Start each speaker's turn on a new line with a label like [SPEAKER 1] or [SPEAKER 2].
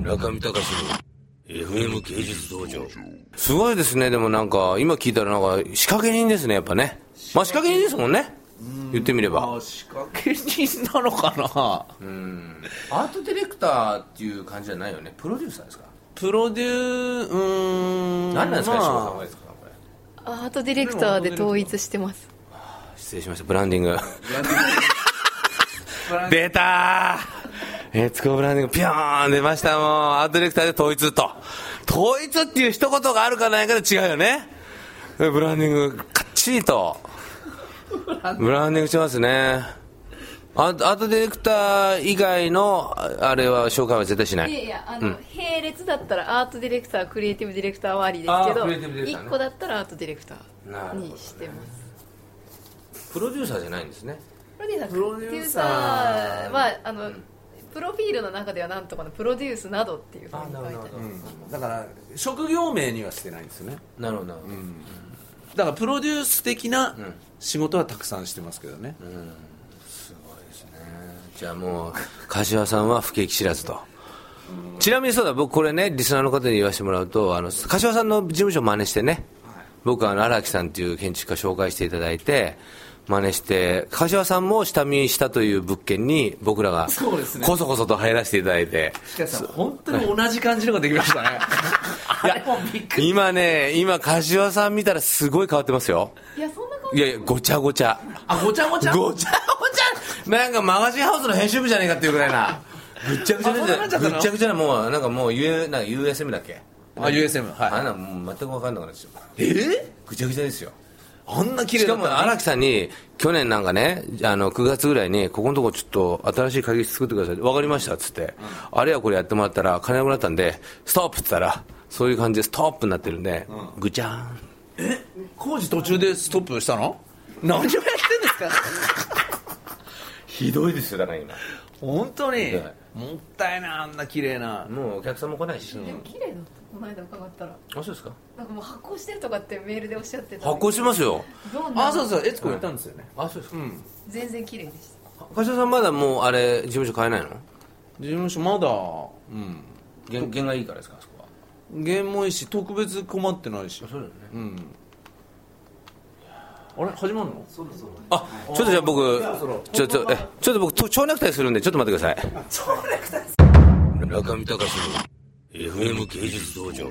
[SPEAKER 1] 中見隆の FM 芸術道場すごいですねでもなんか今聞いたらなんか仕掛け人ですねやっぱねまあ仕掛け人ですもんね言ってみれば
[SPEAKER 2] あ仕掛け人なのかな
[SPEAKER 1] アートディレクターっていう感じじゃないよねプロデューサーですか
[SPEAKER 2] プロデューうーん
[SPEAKER 1] 何なんですか、
[SPEAKER 2] ま
[SPEAKER 1] 石
[SPEAKER 2] あ
[SPEAKER 1] 黒さんはですかこれ
[SPEAKER 3] アートディレクターで統一してます
[SPEAKER 1] 失礼しましたブランディング出たーエツコブランディングピョーン出ましたもうアートディレクターで統一と統一っていう一言があるかないかで違うよねブランディングかっちりとブランディングしてますねアートアートディレクター以外のああれは紹介は絶対しない
[SPEAKER 3] やい
[SPEAKER 1] い
[SPEAKER 3] やあの、並列だったらアートディレクタークリエイティブディレクターはありで
[SPEAKER 1] あ
[SPEAKER 3] す
[SPEAKER 1] ークリエイティブディレ
[SPEAKER 3] け
[SPEAKER 1] クター
[SPEAKER 3] ど、
[SPEAKER 1] ね
[SPEAKER 3] 一個だったらアートディレクタ
[SPEAKER 1] な
[SPEAKER 3] ー
[SPEAKER 1] るほど
[SPEAKER 3] にしてます
[SPEAKER 1] プロデューサーじゃないんですね
[SPEAKER 3] プロデューサー
[SPEAKER 2] プロデューサー
[SPEAKER 3] はあの、プロフィールの中ではなんとかのプロデュースなどっていうふうに書いてあります
[SPEAKER 2] うんだから職業名にはしてないんですよね
[SPEAKER 1] なるほどなるほど
[SPEAKER 2] だからプロデュース的な仕事はたくさんしてますけどね、
[SPEAKER 1] じゃあもう柏さんは不景気知らずとちなみにそうだ僕これねリスナーの方に言わせてもらうとあの柏さんの事務所を真似してね僕はあの荒木さんという建築家を紹介していただいて真似して柏さんも下見したという物件に僕らが
[SPEAKER 2] そうですね
[SPEAKER 1] こそこそと入らせていただいて
[SPEAKER 2] しかしさ本当に同じ感じのができましたね いやもうびっくり
[SPEAKER 1] 今ね今柏さん見たらすごい変わってますよ
[SPEAKER 3] いやそんなこと
[SPEAKER 1] いやいやごちゃごちゃ
[SPEAKER 2] あごちゃごちゃ
[SPEAKER 1] ごちゃごちゃなんかマガジンハウスの編集部じゃねえかっていうぐらいなぐっちゃぐちゃ
[SPEAKER 2] あそんななっちゃっ
[SPEAKER 1] ぐ
[SPEAKER 2] たの
[SPEAKER 1] っちゃぐちゃなもうなんかもう U なんか USM だっけ
[SPEAKER 2] あ USM はい
[SPEAKER 1] あんなもう全く分かんなくなっちゃう
[SPEAKER 2] えー
[SPEAKER 1] ぐちゃぐちゃですよ
[SPEAKER 2] あんな綺
[SPEAKER 1] し
[SPEAKER 2] 麗だ
[SPEAKER 1] か
[SPEAKER 2] っ
[SPEAKER 1] も
[SPEAKER 2] た
[SPEAKER 1] 荒木さんに去年なんかねあの9月ぐらいにここのとこちょっと新しい会議室作ってください分かりましたっつって、あれやこれやってもらったら金なくなったんでストップっつったらそういう感じでストップになってるんで、ぐちゃーん
[SPEAKER 2] 工事途中でストップしたの何をやってんですか
[SPEAKER 1] ひどいですよだから今
[SPEAKER 2] 本当に
[SPEAKER 1] はい
[SPEAKER 2] もったいないあんな綺麗な
[SPEAKER 1] もうお客さんも来ないし、
[SPEAKER 3] でも綺麗だったこの間伺ったら
[SPEAKER 1] あそうですか
[SPEAKER 3] なんかもう発行してるとかってメールでおっしゃってた
[SPEAKER 1] 発行してますよ
[SPEAKER 3] どんな
[SPEAKER 2] あそうそう悦子行ったんですよね
[SPEAKER 1] あそうですか、
[SPEAKER 3] 全然綺麗でした
[SPEAKER 1] 柏さんまだもうあれ事務所変えないの
[SPEAKER 2] 事務所まだうん
[SPEAKER 1] 弦弦がいいからですかあそこは
[SPEAKER 2] 弦もいいし特別困ってないし
[SPEAKER 1] そうだよね、
[SPEAKER 2] あれ始まるの
[SPEAKER 1] あちょっとじゃあ僕ちょちょえちょっと僕と蝶ネクタイするんでちょっと待ってください蝶ネクタイ中見隆の FM 芸術道場